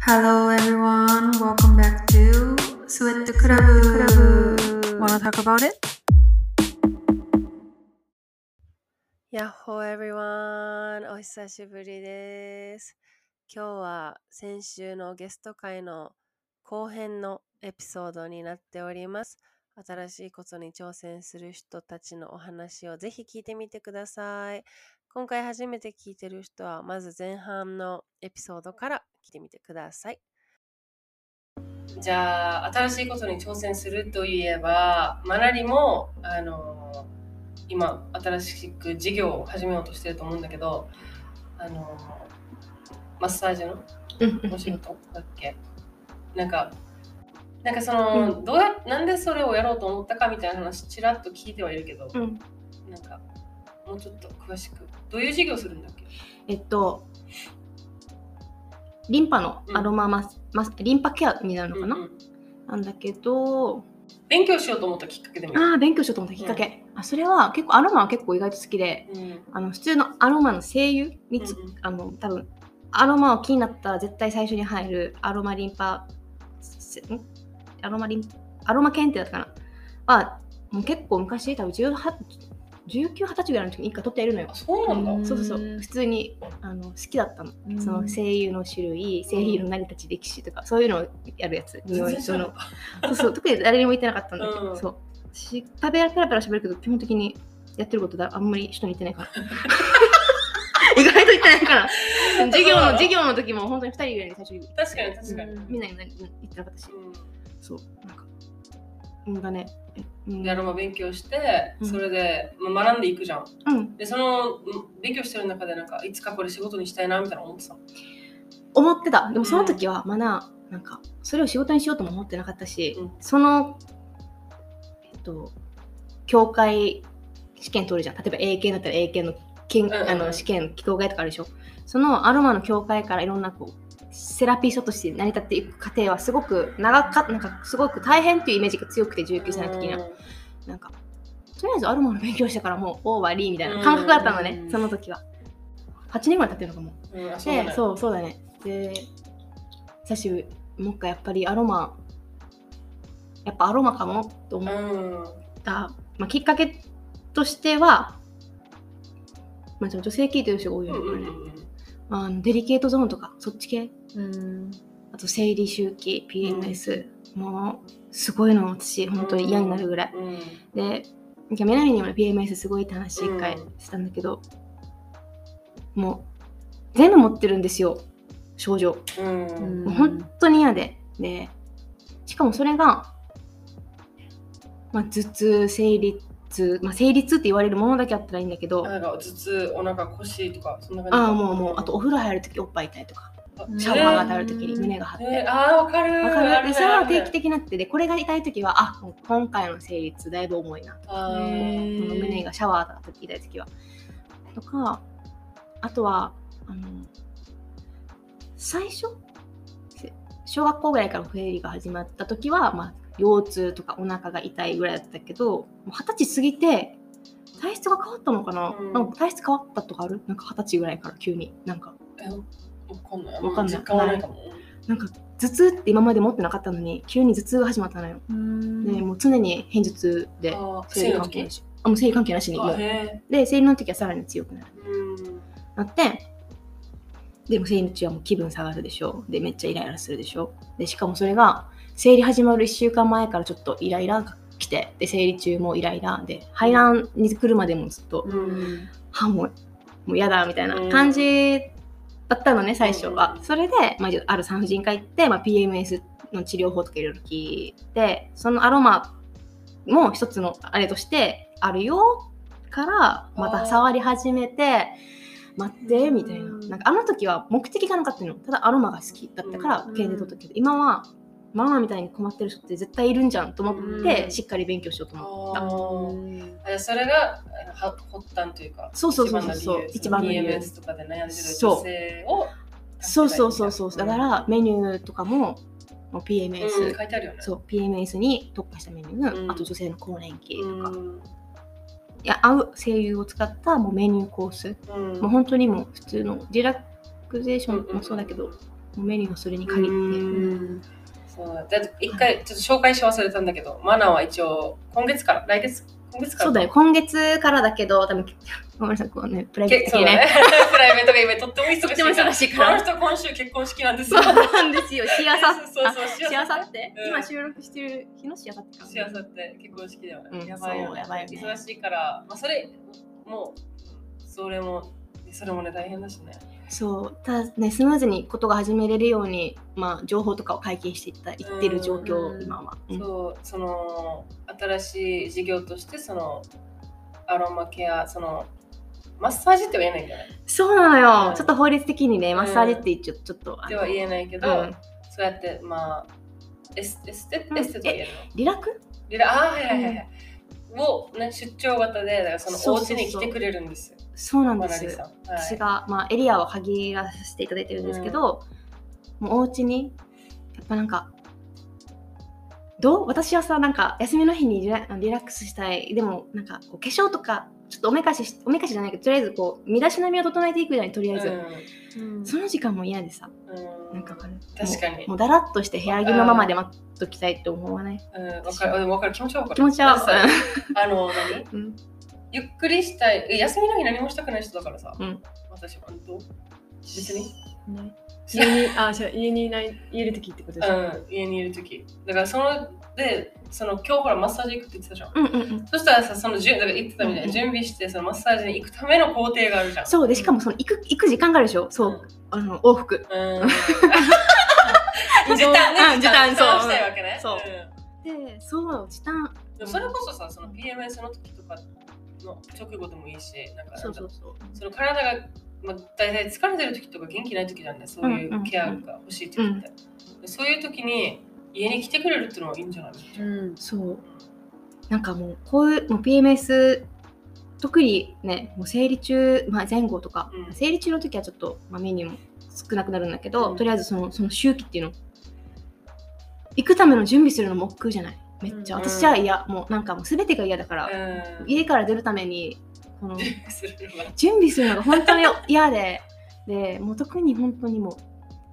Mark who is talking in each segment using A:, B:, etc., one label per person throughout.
A: Hello everyone, welcome back to Sweat Club. Wanna talk about it?
B: やっほー everyone! お久しぶりです。今日は先週のゲスト会の後編のエピソードになっております。新しいことに挑戦する人たちのお話をぜひ聞いてみてください。今回初めて聞いてる人は、まず前半のエピソードから聞いてみてください。じゃあ、新しいことに挑戦するといえば、マナリも、あの、今新しく事業を始めようとしてると思うんだけどあのマッサージのお仕事だっけなんかなんかその、どうやなんでそれをやろうと思ったかみたいな話ちらっと聞いてはいるけど、
C: うん
B: なんかもうちょっと詳しくどういう事業するんだっけ
C: えっと、リンパのアロママス、マスリンパケアになるのかな、
B: うんうん
C: なんだけど、
B: 勉強しようと思ったきっかけでもいい
C: ああ、勉強しようと思ったきっかけ。あそれは結構アロマは結構意外と好きで、
B: うんうん
C: あの普通のアロマの精油につ、
B: うん
C: あの多分アロマを気になったら絶対最初に入るアロマリンパ、せんアロマリンアロマ検定だったかなは、もう結構昔、多分18、19、20歳ぐらいの時に一回取っているのよ
B: あ。そうなんだ、
A: うん
C: そうそうそう普通にあの好きだったの、
A: うん
C: その声優の種類声優の成り立ち歴史とかそういうのをやるやつ匂いそ
B: 全然知らな
C: の
B: かっ
C: そうそう特に誰にも言ってなかったんだけど、
B: うん
C: そうし食べらペラペラ喋るけど基本的にやってることだあんまり人に言って ないから意外と言ってないから授業の授業の時も本当に2人ぐらいに最初に
B: た確かに確かに、
A: う
C: みんなに何言ってなかったし
B: うん
C: そうなんかうんだねえうん
B: でアロマ勉強して、
C: うん
B: それで、まあ、学んでいくじゃん
C: うん
B: でそのうん勉強してる中でなんかいつかこれ仕事にしたいなみたいな思ってたの
C: 思ってたでもその時はまだなんかそれを仕事にしようとも思ってなかったし、
B: うん
C: そのえっと教会試験取るじゃん例えば英検だったら英検のけん、
B: うんうんうん
C: あの試験教会とかあるでしょそのアロマの教会からいろんなこうセラピストとして成り立っていく過程はすごく長かなんかすごく大変っていうイメージが強くて19歳の時にはなんかとりあえずアロマの勉強してからもう終わりみたいな感覚だったの
B: うんうん
C: ね
B: うん
C: その時は8年ぐらい経ってるのかも
B: うん、うんあそうだ
C: で
B: ね
C: そうそうだねで久しぶりもう一回やっぱりアロマやっぱアロマかも
B: う
C: と思っ
B: ん
C: た、まあ、きっかけとしては、まあ、でも女性聞いてる人が多いよね、
B: うんう
C: これ
B: ん
C: ね
B: うん
C: あのデリケートゾーンとかそっち系
A: うん。
C: あと生理周期 PMS、もうすごいの私本当に嫌になるぐらい、
B: うん
C: でいやみなみにもね PMS すごいって話一回
B: うん
C: したんだけど、もう全部持ってるんですよ症状
B: うん
C: もう本当に嫌ででしかもそれが、まあ、頭痛生理痛、まあ、生理痛って言われるものだけあったらいいんだけど、
B: なんか頭痛お腹腰とかそんな感じ
C: ああもうもうあとお風呂入るときおっぱい痛いとか
A: うん
C: シャワーが当たるときに胸が張って。
B: えーえーあーわかる
C: わかるでそれは定期
B: 的
C: 的になってでこれが痛い時はあもう今回の生理痛だいぶ重いなとか
B: あ
A: へ
B: ー
A: ー
C: この胸がシャワーだった時痛い時はとかあとはあの最初せ小学校ぐらいから生理が始まった時は、まあ、腰痛とかお腹が痛いぐらいだったけどもう二十歳過ぎて体質が変わったのかな,、
B: うん
C: なんか体質変わったとかあるなんか二十歳ぐらいから急になんか
B: えわかんない
C: わかんない
B: 実感はないかも
C: なんか頭痛って今まで持ってなかったのに急に頭痛が始まったのよ。でもう常に偏頭痛で
B: あー
C: 生
B: 生
C: 理
B: の
C: 関係
B: 時
C: なしあもう生理関係なしにも
B: あ
C: う
B: へ
C: で生理の時はさらに強くなる
B: ーうん
C: なってでも生理中はもう気分下がるでしょでめっちゃイライラするでしょでしかもそれが生理始まる1週間前からちょっとイライラが来てで生理中もイライラで排卵に来るまでもずっと、
B: うん
C: はもうもうやだみたいな感じだったのね最初は、
B: うん
C: それで、まあ、ある産婦人科行って、まあ、PMS の治療法とかいろいろ聞いてそのアロマも一つのあれとしてあるよからま
B: あー
C: た触り始めて待ってみたいな
A: うん
C: なんかあの時は目的がなかったのただアロマが好きだったから
A: うん
C: 検定取ったけど今はママみたいに困ってる人って絶対いるんじゃんと思って、
B: うん
C: しっかり勉強しようと思った
B: あーあじゃあそれがあのは発端というか
C: そうそうそうそうそう
B: 一
C: 一
B: 番の
C: 番の
B: 理由
C: 理由
B: PMS とかで悩んでる女性を
C: そうそうそうそう。
B: 助
C: だ
B: けた
C: か
B: い
C: らメニューとかももう
B: みた
C: PMS、
B: いなうん書いてあるよね
C: そう PMS に特化したメニュー、
B: うん
C: あと女性の更年期
B: う
C: とか、い
B: ん
C: や合う声優を使ったもうメニューコース、
B: うん
C: もう本当にもう普通のリラクゼーションもそうだけど、もうメニューはそれに限って、
A: うん
D: そうで一回ちょっと紹介し忘れたんだけど、マナーは一応今月から来月今月から
C: そうだよ今月からだけど多分ごめんなさいこうねプライベー
D: け
C: ト
D: そう
C: 的
D: だ
C: ね
D: ね プライベートが今とっても忙しい
C: とっても忙しいか
D: この
C: ら
D: 人今週結婚式なんです
C: そ
D: よ
C: うなんですよしあさ
D: そうそうそう
C: しあさって
D: うん
C: 今収録してる日のしあさってか
D: 幸せって結婚式では、
C: うん
D: やばいよ
C: そう
D: ね
C: やばいよね
D: 忙しいから、まあ、それもうそれもそれもね大変だしね
C: そうただねスムーズにことが始めれるようにまあ情報とかを解禁していったいってる状況
B: うん
C: 今は、うん
D: そうその新しい事業としてそのアロマケアそのマッサージっては言えないんじゃない
C: そうなのよ、
D: うん
C: ちょっと法律的にね
D: ん
C: マッサージってちょちょっとあの
D: では言えないけど、
C: うん
D: そうやってまあエスエステ
C: うん
D: エステと言えるの
C: リラク
D: リラあーはいはいはいはい、を、ね、出張型でだからそのお家に来てくれるんですよ
C: そうなん
D: マ
C: で
D: ナ
C: す
D: リさん、はい、
C: 私が、まあ、エリアは限らせていただいてるんですけど、もうお家にやっぱなんかどう私はさなんか休みの日にリラリラックスしたいでもなんかこう化粧とかちょっとおめかししおめかしじゃないけどとりあえずこう身だしなみを整えていくじゃないとりあえず、
B: うん
C: その時間も嫌でさ
D: うん、
C: なんかわかる
D: 確かに
C: もうだらっとして部屋着のままで待っときたいって思わない
D: うん、わかる、うんわかる、気持ちはわかる。
C: 気持ちは
D: だからさあの、何
C: うん
D: ゆっくりしたい、え休みの日何もしたくない人だからさ。
C: うん
D: 私は、どう別に。
B: ね家に、あ、じゃあ家にいない、家るときってことです
D: う
B: か、
D: ん、家にいるとき。だから、その、で、その、今日ほらマッサージ行くって言ってたじゃん。
C: うんうんうん
D: そしたらさ、その、じゅだから言ってたみたいに、準備して、そのマッサージに行くための工程があるじゃん。
C: そうでしかもその行く行く時間があるでしょそう、あの往復
D: うん。うん。
C: 移動
D: 時短ね。
C: うん時短そう
D: したいわけね。
C: そうんでそう時短
D: でもそれこそさ、その PMS の時とかの直後でもいいし、なんか、
C: そうそうそう
D: その体が、まあ、大体疲れてる時とか元気ない時なんでそうい
C: んうんう
D: うんケアが欲しい時って、でそういう時に家に来てくれるっていうのはいいんじゃない
B: うん。
C: そうなんかもうこういうもう PMS 特にねもう生理中、まあ、前後とか、
D: うん
C: 生理中の時はちょっと、まあ、メニューも少なくなるんだけど、
D: うん
C: とりあえずそのその周期っていうの行くための準備するのも億劫じゃないめっちゃ、
D: うん
C: 私じゃあ嫌もうなんかもう全てが嫌だから、
D: うん
C: 家から出るためにこの
D: するのは
C: 準備するのが本当に嫌ででもう特に本当にもう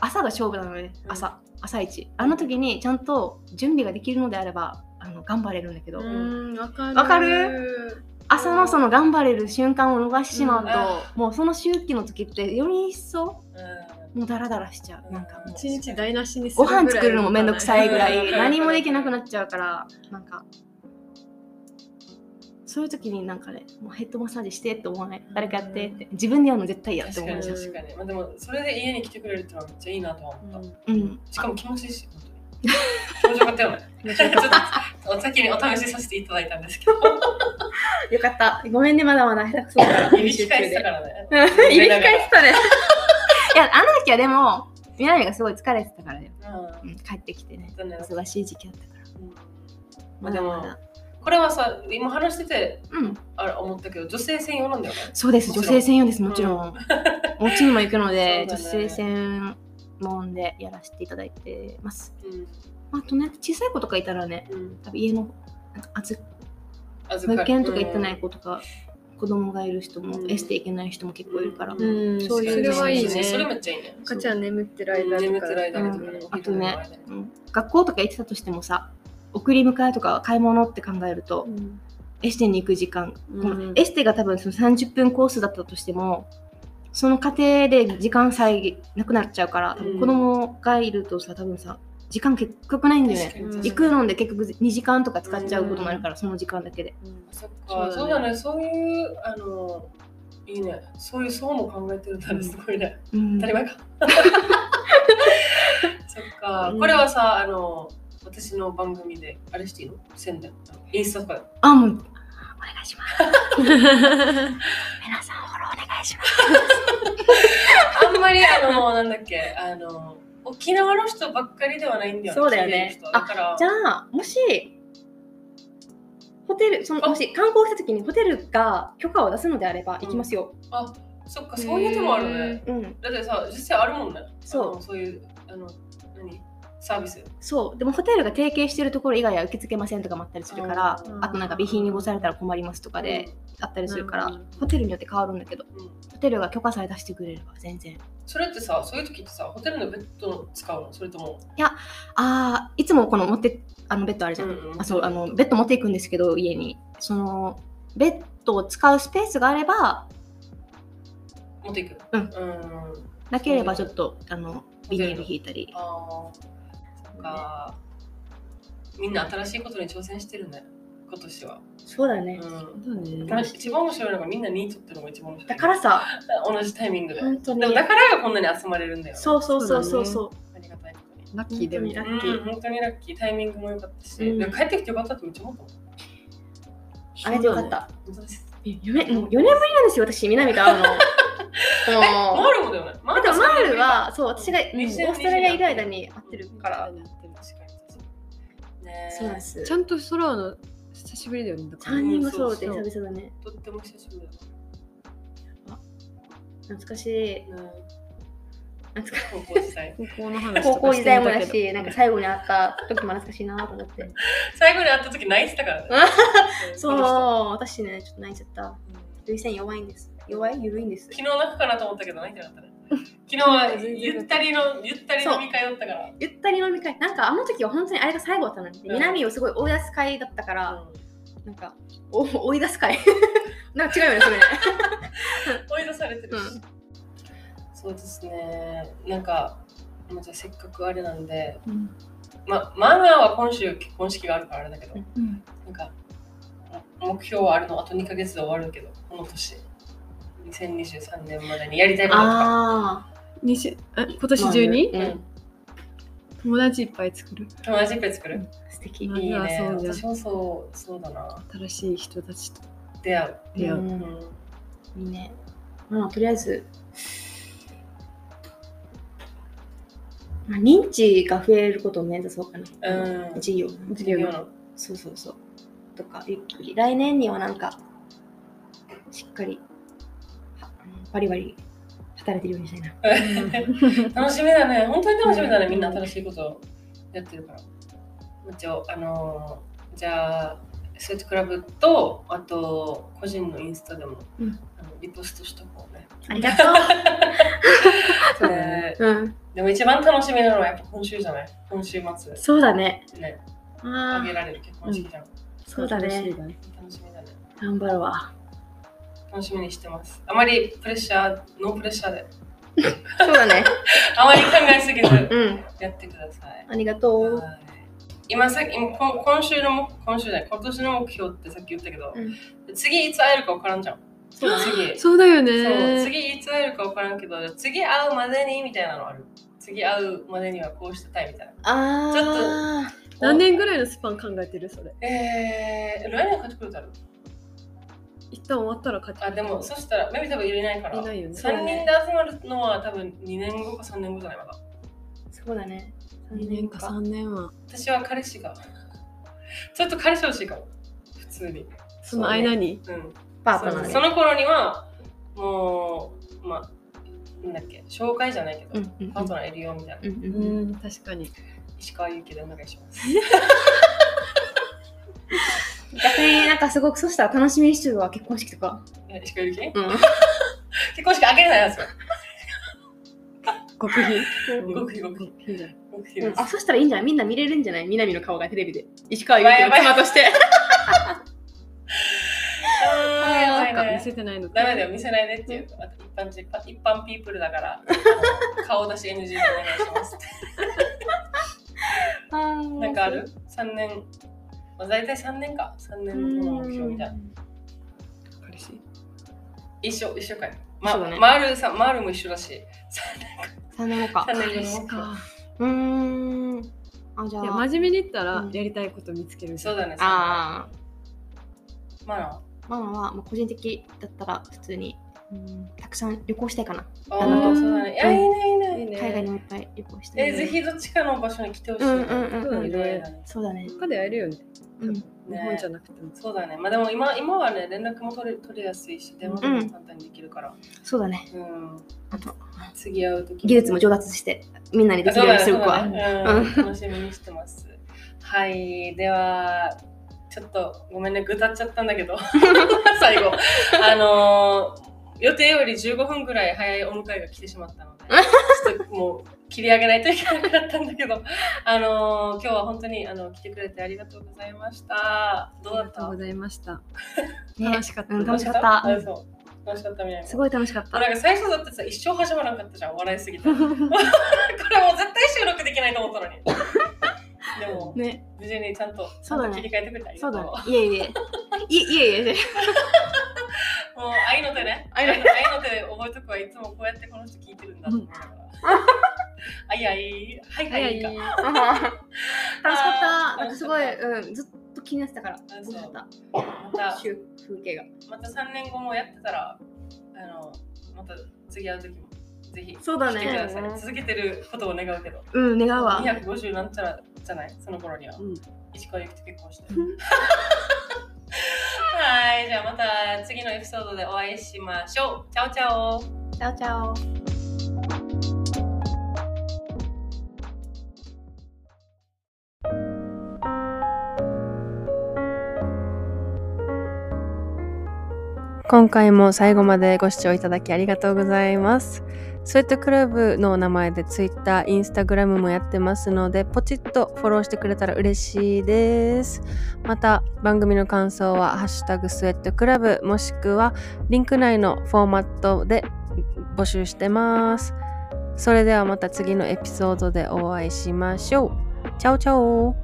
C: 朝が勝負なので
D: うん
C: 朝、朝一あの時にちゃんと準備ができるのであればあの頑張れるんだけど、
B: うん、わかる。
C: わかる朝のその頑張れる瞬間を逃してしまう
D: うんあ
C: と、もうその周期の時ってより一層
D: う
C: もうダラダラしちゃ
D: う
C: うんなんかもう
B: 一日台無しにす
C: ご
B: るぐらい
C: 飯作るのもめんどくさいぐら
D: う
C: い
D: ん
C: 何もできなくなっちゃうからなんかそういう時になんかねもうヘッドマッサージしてって思わない誰かやってって自分でやるの絶対
D: ん
C: やって
D: 確
C: 思う
D: かに
C: じゃん
D: 確かに、まあ、でもそれで家に来てくれるってのはめっちゃいいなとは思った、
C: うん
D: しかも気持ちいいし本当に気持ちよかったよねちょっとお先にお試しさせていただいたんですけど
C: よかったごめんねまだまだ下手くそだから
D: 指控 えしたからね
C: いびき返した ねいやあの時はでもみなみがすごい疲れてたからね、
D: う
C: うんん、帰ってきてね
D: 残念だった
C: 忙しい時期だったから
D: うんま
C: ま
D: あで
C: だ
D: も
C: まだ
D: これはさ今話してて
C: うん
D: あれ思ったけど女性専用なんだよね
C: そうです
D: もちろ
C: 女
D: ん
C: 性専用ですもちろん、お家 にも行くので、女
D: そうだね
C: 性専門でやらせていただいてます
D: うん
C: あとね小さい子とかいたらね
D: うん
C: 多分家のなんか預
D: 預
C: 保
D: か
C: 育
D: る
C: 園とか行ってない子とか、子供がいる人も、
D: うん
C: エステ行けない人も結構いるから、
D: うん
B: うん、
C: そういう
B: それはいいね。
D: それめっちゃいいね。
B: 赤ちゃん眠ってる間とか。
D: 眠ってる間にとかね
B: うん
C: あとね。うん学校とか行ってたとしてもさ送り迎えとか買い物って考えると、
B: うん
C: エステに行く時間、
B: うん
C: このエステが多分その30分コースだったとしてもその過程で時間さえなくなっちゃうから、多分
D: うん
C: 子供がいるとさ多分さ時間結局ないんだよね
D: 確かに
C: 行くので結局2時間とか使っちゃうことになるから、その時間だけで
D: そっか、そうだね、そういう、あの、いいね。そういう層も考えてるんだね、すごいね。
C: うん
D: 当たり 前か。そっか、これはさ、あの、私の番組で、あれしていいの宣伝。インスタとかで。
C: あもうお願いします皆さんフォローお願いします
D: あんまり、あの、なんだっけ、あの、沖縄の人ばっかりではないんだよ
C: そうだよね
D: 聞いてる人だから
C: じゃあもしホテルそのもし観光した時にホテルが許可を出すのであれば行きますよ、
D: そっか、そういう手もあるね。
C: うん
D: だってさ、実際あるもんね。
C: そう
D: あのそういう、あの、何サービス。
C: そうでもホテルが提携してるところ以外は受け付けませんとかもあったりするから、
D: うん
C: あとなんか備品に干されたら困りますとかであったりするから、
D: うん
C: ホテルによって変わるんだけど、
D: うん
C: ホテルが許可さえ出してくれれば全然
D: それってさ、そういう時ってさ、ホテルのベッド使うのそれとも。
C: ああいつもこの持ってあのベッドあるじゃん、
D: ん
C: あそうあのベッド持っていくんですけど家にそのベッドを使うスペースがあれば
D: 持っていく。
C: うん
D: うん
C: なければちょっとあのビニール引いたり
D: あーそっか、みんな新しいことに挑戦してるね今年は、
C: そうだね、
D: う
C: そうだね
D: ん、ただ一番面白いのがみんなニートってのが一番面白い
C: だからさ
D: 同じタイミングで
C: 本当
D: でも
C: に
D: だからこんなに集まれるんだよね
C: そうそうそうそうそう
D: ありがたいことに
E: ラッキーだよね
C: ラ。ッキー
D: うん、本当にラッキータイミングも良かったし、
C: うん
D: で帰ってきてよかったってめっちゃ思ったもん
C: あれでよかった
D: 本当です
C: え四年もう4年ぶりなんですよ私南川のその
D: マールもだよねマ
C: あとマールはそう私がうんオ
D: 2020
C: ーストラリア以来だに会ってるから
D: 確かに確かにね え
C: そうなんです
E: ちゃんとソロの久しぶりだよね。だから
C: 3人もそうで
E: うんそうそう
C: 久々だね
D: とっても久しぶりだ
C: 懐かしい
D: な、ね
C: 懐かしい
D: 高校時代
E: 高校の話と
C: 高
E: か
C: 校時代もだ
E: してみたけ
C: し、
E: ど
C: なんか最後に会った時も懐かしいなと思って。
D: 最後に会った時泣いてたからね
C: そう、
D: この人
C: 私ね、ちょっと泣いちゃった。涙腺弱いんです。弱い緩いんです
D: 昨。日泣くかなと思ったけど泣いてなかったね。昨日はゆったりのゆったり飲み会だったから。
C: ゆったり飲み会。なんかあの時は本当にあれが最後だったのに、
D: うん
C: 南をすごい追い出す会だったから、
D: うん
C: なんか、お追い出す会。 なんか違うよね、それね。
D: 追い出されてるし
C: う
D: そうですね。なんか、まあ、じゃあせっかくあれなんで、
C: うん
D: ま、マナーは今週結婚式があるからあれだけど、
C: うん
D: なんか目標はあるのあと2ヶ月で終わるけど、この年。2023年までにやりたいこととか。
C: あ
E: にしえ今年中に
C: あ、う
D: うんん、
E: 友達いっぱい作る。
D: 友達いっぱい作る。
C: 素敵。
E: う
C: うんん
E: ん
D: いいね。
E: そうだよ
D: 私もそう、そうだな。
E: 新しい人たちと
D: 出会う。
E: 出会う。
D: うん
C: いいね。まあ、とりあえず、まあ、認知が増えることを目指そうかな。
D: うん
C: 事業。
E: 授
D: 授
E: 業
D: 業
E: が
D: の
C: そうそうそう。とか、ゆっくり。来年にはなんか、しっかり、はバリバリ働いてるようにしたいな。
D: 楽しみだね。本当に楽しみだね。みんな新しいことをやってるから。もちろん、あのーじゃあ、スウェットクラブと、あと、個人のインスタでも、
C: うん
D: あのリポストしとこうね。
C: ありがとう。
D: で
C: うん、
D: でも一番楽しみなのはやっぱ今週じゃない今週末。
C: そうだね。
D: ね、あ
C: あ
D: げ
C: あ、
D: られる結婚式じゃん。
C: そうだね。。
D: 楽しみだね。
C: 頑張るわ。
D: 楽しみにしてます。あまりプレッシャー、ノープレッシャーで、
C: そうだね。
D: あまり考えすぎず
C: うん、
D: やってください。
C: ありがとう。
D: はい今さ今こ今週の目今週じゃない今年の目標ってさっき言ったけど、次いつ会えるか分からんじゃん。そう次
E: そうだよ
D: そう
E: ね。
D: 次いつ会えるか分からんけど次会うまでにみたいなのある。次会うまでにはこうしてたいみたいな。
C: あ
D: ちょっと
C: あ、
E: 何年ぐらいのスパン考えてるそれ。
D: えー、来年帰ってくるだろう
E: 一旦終わったら帰ってく
D: あ
E: る
D: でもそしたらメビ多分入れないから
E: いないよね
D: 3人で集まるのは多分2年後か3年後じゃないまだ
C: そうだね。
E: 二年か三年は
D: 私は彼氏がちょっと彼氏欲しいかも普通に
E: その間に
D: うん
C: パートナー
D: そう
C: ね。
D: その頃にはもうまあなんだっけ紹介じゃないけど、
C: うんうん
D: パートナーいるよみたいな、
C: うんうん
E: うん確かに
D: 石川祐希でお願いします
C: 逆になんかすごくそしたら楽しみにしてるわ結婚式とか、
D: え石川祐希
C: うん、
D: 結婚式あげれないやつよ
E: 極秘
D: 極秘極秘
E: 秘じゃん
D: 僕ひどいです
C: あそしたらいいんじゃないみんな見れるんじゃない南の顔がテレビで石川
D: や
C: 由
D: ばい
C: 紀
D: や
C: の
D: ば
C: 妻と
D: い
C: して
D: あーやばい
E: そっか見
D: ね
E: せてないのか
D: ダメだよ見せないでっていうあと一般人一般ピープルだからあの顔出し NG でお願いし ますなんかある3年、まあ、大体3年か3年後の目標みたいな
E: 彼氏
D: 一緒一緒かい、ま
C: そうだね
D: マールさんマールも一緒だし
C: 3年後か
D: 3
E: 彼
D: 年
E: 氏
D: 後の
E: か
C: うーんあじゃ
E: いや
C: あ
E: 真面目に言ったら
C: うん
E: やりたいこと見つけるじゃ
D: そ
E: ん
D: うだねそうだね
C: あ
D: マナー
C: ーママはもう個人的だったら普通にうんたくさん旅行したいかな。
D: あ
C: あの
D: ーそうだね。いや、いいね、いい
E: いい
D: ね。
E: ね
C: 海外にもいっぱい旅行したい。
D: え、ぜひどっちかの場所に来てほしいね。
C: うんうんうん
E: うん
D: いろいろだね
C: そうだね。
E: 他で会えるよね。
C: うん
E: 日本じゃなくても。
D: そうだね。まあでも今今はね、連絡も取れ取りやすいし、電話も簡単にできるから。
C: そうだね。
D: うん。
C: あと、
D: 次会うとき。
C: 技術も上達して、みんなにで
D: あ
C: き
D: そ
C: る
D: う
C: よう
D: だ
C: に
D: ね、
C: す
D: そ
C: る
D: う
C: 子は。
D: だね。うん、楽しみにしてます。はい、では、ちょっとごめんね、ぐたっちゃったんだけど、 最後。あのー予定より15分ぐらい早いお迎えが来てしまったので、ちょっともう切り上げないといけなかったんだけど、あのー今日は本当にあの来てくれてありがとうございました。どうだ
E: ありがとう
D: った
E: ございました。
C: ね
E: 楽しかった。
C: うん
E: 楽
C: 楽
E: し
C: し
E: か
C: か
E: っ
C: っ
D: あ
C: た
D: そう楽しかったみたいな。
C: すごい楽しかった。
D: なんか最初だってさ、一生始まらなかったじゃん、笑い すぎて。これもう絶対収録できないと思ったのに。でも、
C: ね、
D: 無事にちゃんとちゃ
C: そ
D: ん
C: うだ
D: と
C: ね
D: 切り替えてくれてあり
C: そ
D: が
C: う
D: とう。
C: だね。いえいえ。いいえい え。
D: もう愛の手ね。
C: 愛
D: 愛
C: の
D: の
C: 手
D: 手で覚えとくはいつもこうやってこの人聞いてるんだと思うから。あいあい、はいはい
E: い
D: いか。。
C: 楽しかった。
D: あー
C: なんかすごい、うん、ずっと気になってたから。
D: あ
C: 楽しかっ
D: また
C: た。、風景が。
D: また3年後もやってたら、あの、また次会う時も、ぜひ。
C: そうだ
D: 来てください
C: ね。
D: 続けてることを願うけど、
C: うん、願うわ。
D: 250なんちゃらじゃないその頃には。
E: うん
D: 石川由紀と結婚して。 はい、じゃあまた次のエピソードでお会いしましょう。チャオチャオ。
C: チャオチャオ。
B: 今回も最後までご視聴いただきありがとうございます。スウェットクラブのお名前で Twitter、Instagram もやってますので、ポチッとフォローしてくれたら嬉しいです。また、番組の感想は、ハッシュタグスウェットクラブ、もしくは、リンク内のフォーマットで募集してます。それではまた次のエピソードでお会いしましょう。チャオチャオ